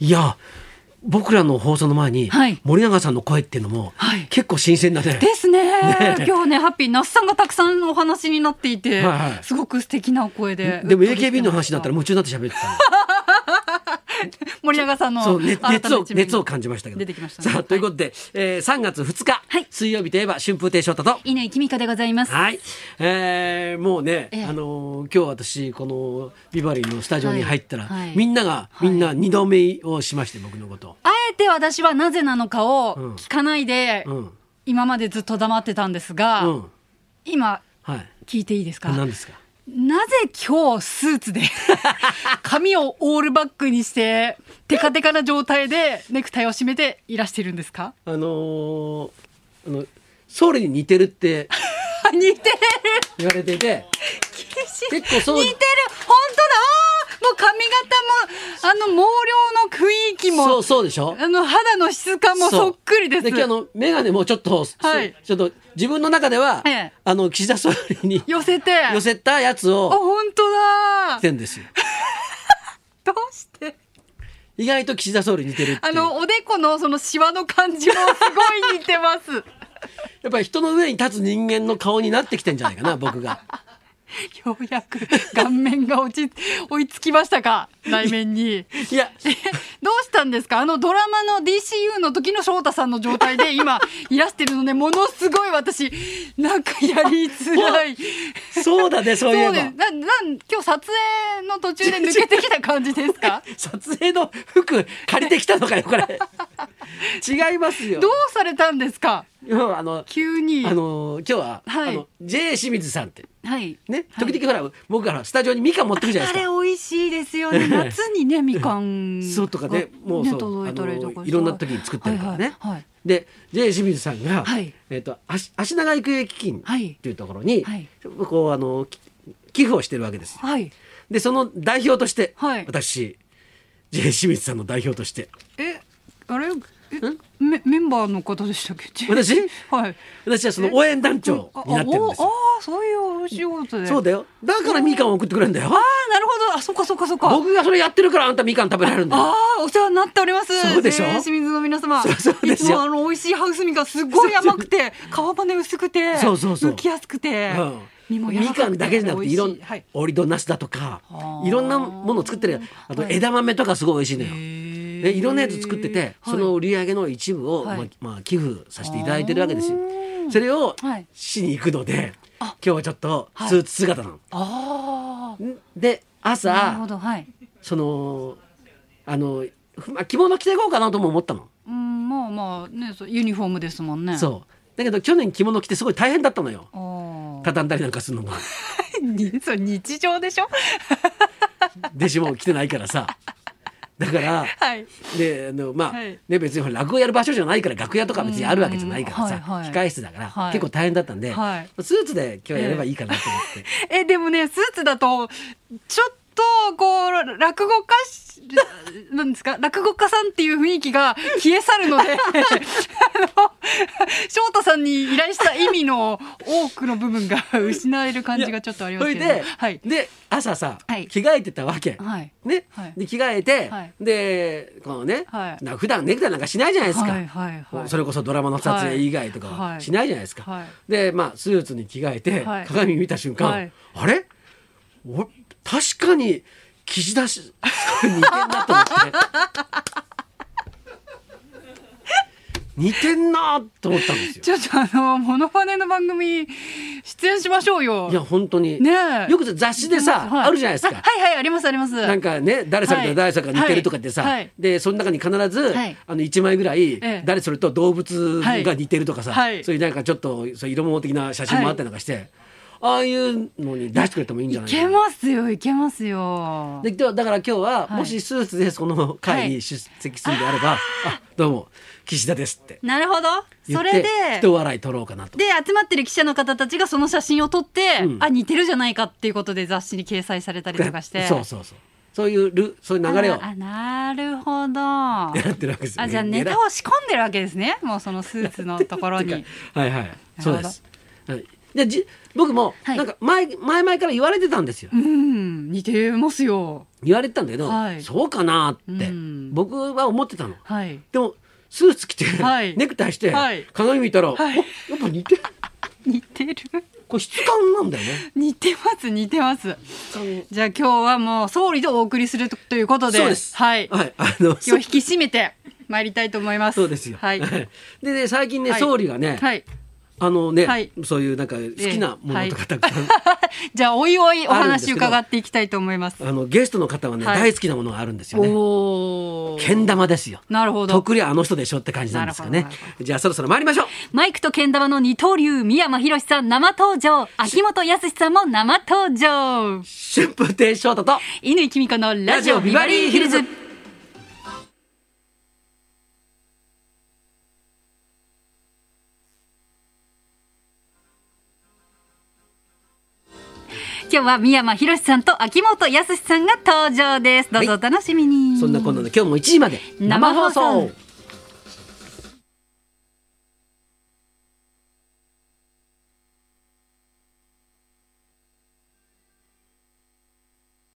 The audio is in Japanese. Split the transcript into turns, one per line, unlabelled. いや僕らの放送の前に、
はい
森永さんの声っていうのも、
はい
結構新鮮だね。
ですね
ねえ
今日ねハッピー那須さんがたくさんお話になってい
は
て、
いはい
すごく素敵なお声で
でも AKB の話だったら
う
夢
っとりしてま
中になって喋って た。
した森永さんの
そう、ね、熱を、熱を
じ
感じましたけど。
出てきましたね
さあ、ということで、えー3月2日、
はい
水曜日といえば春風亭昇太と。
乾きみかでございます
はい、えーもうね、
ええ
あのー今日私このビバリーのスタジオに入ったら、
はいはい
みんなが、
はい
みんな二度目をしまして僕のこと。
あえて私はなぜなのかを
うん
聞かないで、
うん、
今までずっと黙ってたんですが、
うん、
今
はい。
聞いていいですか
何ですか。
なぜ今日スーツ で髪をオールバックにしてテカテカな状態でネクタイを締めていらしてるんで すか
あのーあの総理に似てるって
あ似てる
言われてい て、結構そう
似てる本当だあーもう髪型もあの毛量の雰囲気
そ
も
うそうでしょ。
あの肌の質感もそっくりです
そう今日あの眼鏡もちょっと、
はい
ちょっと自分の中では、
ええ
あの岸田総理に
寄せて
寄せたやつ
あ
を
本当
し
だ
てんですよ。
どうして
意外と岸田総理似てるってい
あ
う。
のおでこのそのシワの感じもすごい似てます。
やっぱり人の上に立つ人間の顔になってきてんじゃないか な、僕が。
ようやく顔面が落ち追いつきましたか内面に。
いや、
え どうしたんですかあのドラマの DCU の時の翔太さんの状態で今いらしてるのでものすごい私なんかやりづらい。
そう だね、そうい
そ
え
うです。
ば。
なんなん今日撮影の途中で抜けてきた感じです か。
撮影の服借りてきたのかよ、これ。違いますよ。
どうされたんですか。
うんあの、
急に。
あの、今日は、
はい
あの、J 清水さんって、
はい。
ね、
はい
時々ほら、僕からスタジオにみかん持ってくるじゃない
あ
です
れ
か。
美味しいですよね。夏にね、みかん。
そうとかね、もう
ね
そう、
届
あ
いたりとか
の、
さ
いろんな時に作ってるからね。
はいはいはい
で、J 清水さんが、
はい
えっと、足足長育英基金っ
はい
ていうところに、
はい
こう、あの、き寄付をしてるわけですよ
はい。
でその代表として、
はい
私 J 清水さんの代表として
え、あれ、え、メ、メンバーの方でしたっけ。
私
はい。
私はその応援団長になってるんです
あ
よ。
おあー、そういうお仕事で。
そうだよだからみかんを送ってくれるんだよ
ああ、なるほど。あ、そっかそっかそっか。
僕がそれやってるからあんたみかん食べられるんだよ
ああ、お世話になっております。
そうでしょ
えー清水の皆様。
そうそうで
い
すよ
つもあの美味しいハウスみかんすごい甘くて、皮羽薄くて、
そうそうそう
剥きやすくて、
うん
身も柔ら
み
かくて
かんだけじゃなくていろ
美
ん
味しはい。
オリドナスだとか
はあ
いろんなものを作ってるあと
はい
枝豆とかすごい美味しいのよ。
へ
で
ー
いろんなやつ作っててその
はい
売り上げの一部を、
はい
まあまあ、寄付させていただいてるわけですよ
あ。ー
それを
はい
しに行くので、今
あ
日はちょっとスーツ姿なの。
ああ。
で
なる
朝
ほど、はい。
そのあの、ふまあ、着物着ていこうかなとも思ったの、
うん、まあまあね、そうユニフォームですもんね。う。
そうだけど去年着物着てすごい大変だったのよ
ああ。
畳んだりなんかするのが
そう日常でしょ。
弟子も着てないからさだから
はい。
であのまあ、
はい
ね、別にほら落語やる場所じゃないから楽屋とか別にあるわけじゃないからさ、
うんはいはい
控室だから、
はい
結構大変だったんで、
はい
スーツで今日やればいいかなと思って、
えでもねスーツだとちょっとこう落語家しなんですか 落語家さんっていう雰囲気が 消え去るのであの翔太さんに依頼した意味の多くの部分が失われる感じがちょっとありま
そ
す
れ
けれ
で
ども、はい
で朝さ、
はい
着替えてたわけ、
はい
ね、
はい
で着替えて、
はい
でこのね、
はい
な普段ネクタイなんかしないじゃないですか、
はいはいはい
それこそドラマの撮影以外とか
は
はいしないじゃないですか、
はい
でまあスーツに着替えて、
はい
鏡見た瞬間、
はい
あれお確かに岸田氏 似てんなと思って似てんなと思ったん ですよ
ちょっとあのモノマネの番組出演しましょうよ。
いや本当に、
ねえ
よく雑誌でさ、
はい
あるじゃないですか、
はいはいありますあります。
なんかね誰さん
は
と
い
誰さんが似てるとかってさ、
はいはい
でその中に必ず、
はい
あの1枚ぐらい、
え
誰それと動物が似てるとかさ、
はいはい
そういうなんかちょっとそう色物的な写真もあったりなんかして、ああいうのに出してくれてもいいんじゃ
い
ない
け
かな。
ますよいけますよ。
で今日だから今日は、
はい
もしスーツでその会に出席するんであれば「あどうも岸田です」って
なるほど。
言
そ
っ
れ
て
で。
人笑い取ろうかなと。
で集まってる記者の方たちがその写真を撮って、
うん
あ似てるじゃないかっていうことで雑誌に掲載されたりとかして
そうそうそうそういうルそういう流れを
ああなるほどあ
狙ってるわけですよね。
じゃあネ タを仕込んでるわけですねもうそのスーツのところ
て
に
かはいはい。そうです。はいでじ僕も
はい
なんか前,、前々から言われてたんですよ
うん似てますよ
言われてたんだけど、
はい
そうかなって
うん
僕は思ってたの
はい
でもスーツ着て、
はい
ネクタイして、
はい
鏡見たら、
はい
おやっぱ似てる
似てる
これ質感なんだよね
似てます似てます
質感
じゃあ今日はもう総理とお送りするということで
そうです
はい
はいあの
気を引き締めて参りたいと思います
そうですよ。
はい
でね最近ね、
はい
総理がね、
はい
あのね、
はい
そういうなんか好きなものとかたくさん、
じゃあおいおいお
あるんです
話
けど
伺っていきたいと思います
あのゲストの方はね、
はい
大好きなものがあるんですよね。
おお
けん玉ですよ。
なるほど
特にあの人でしょって感じなんですかね
なるほどなる。
じゃあそろそろ参りましょう。
マイクとけん玉の二刀流三山ひろしさん生登場秋元康さんも生登場
春風亭昇太と
乾きみこのラジオビバリーヒルズ今日は三山ひろしさんと秋元康さんが登場ですどうぞお楽しみに、
そんなこんなで今日も1時まで
生放送
生放送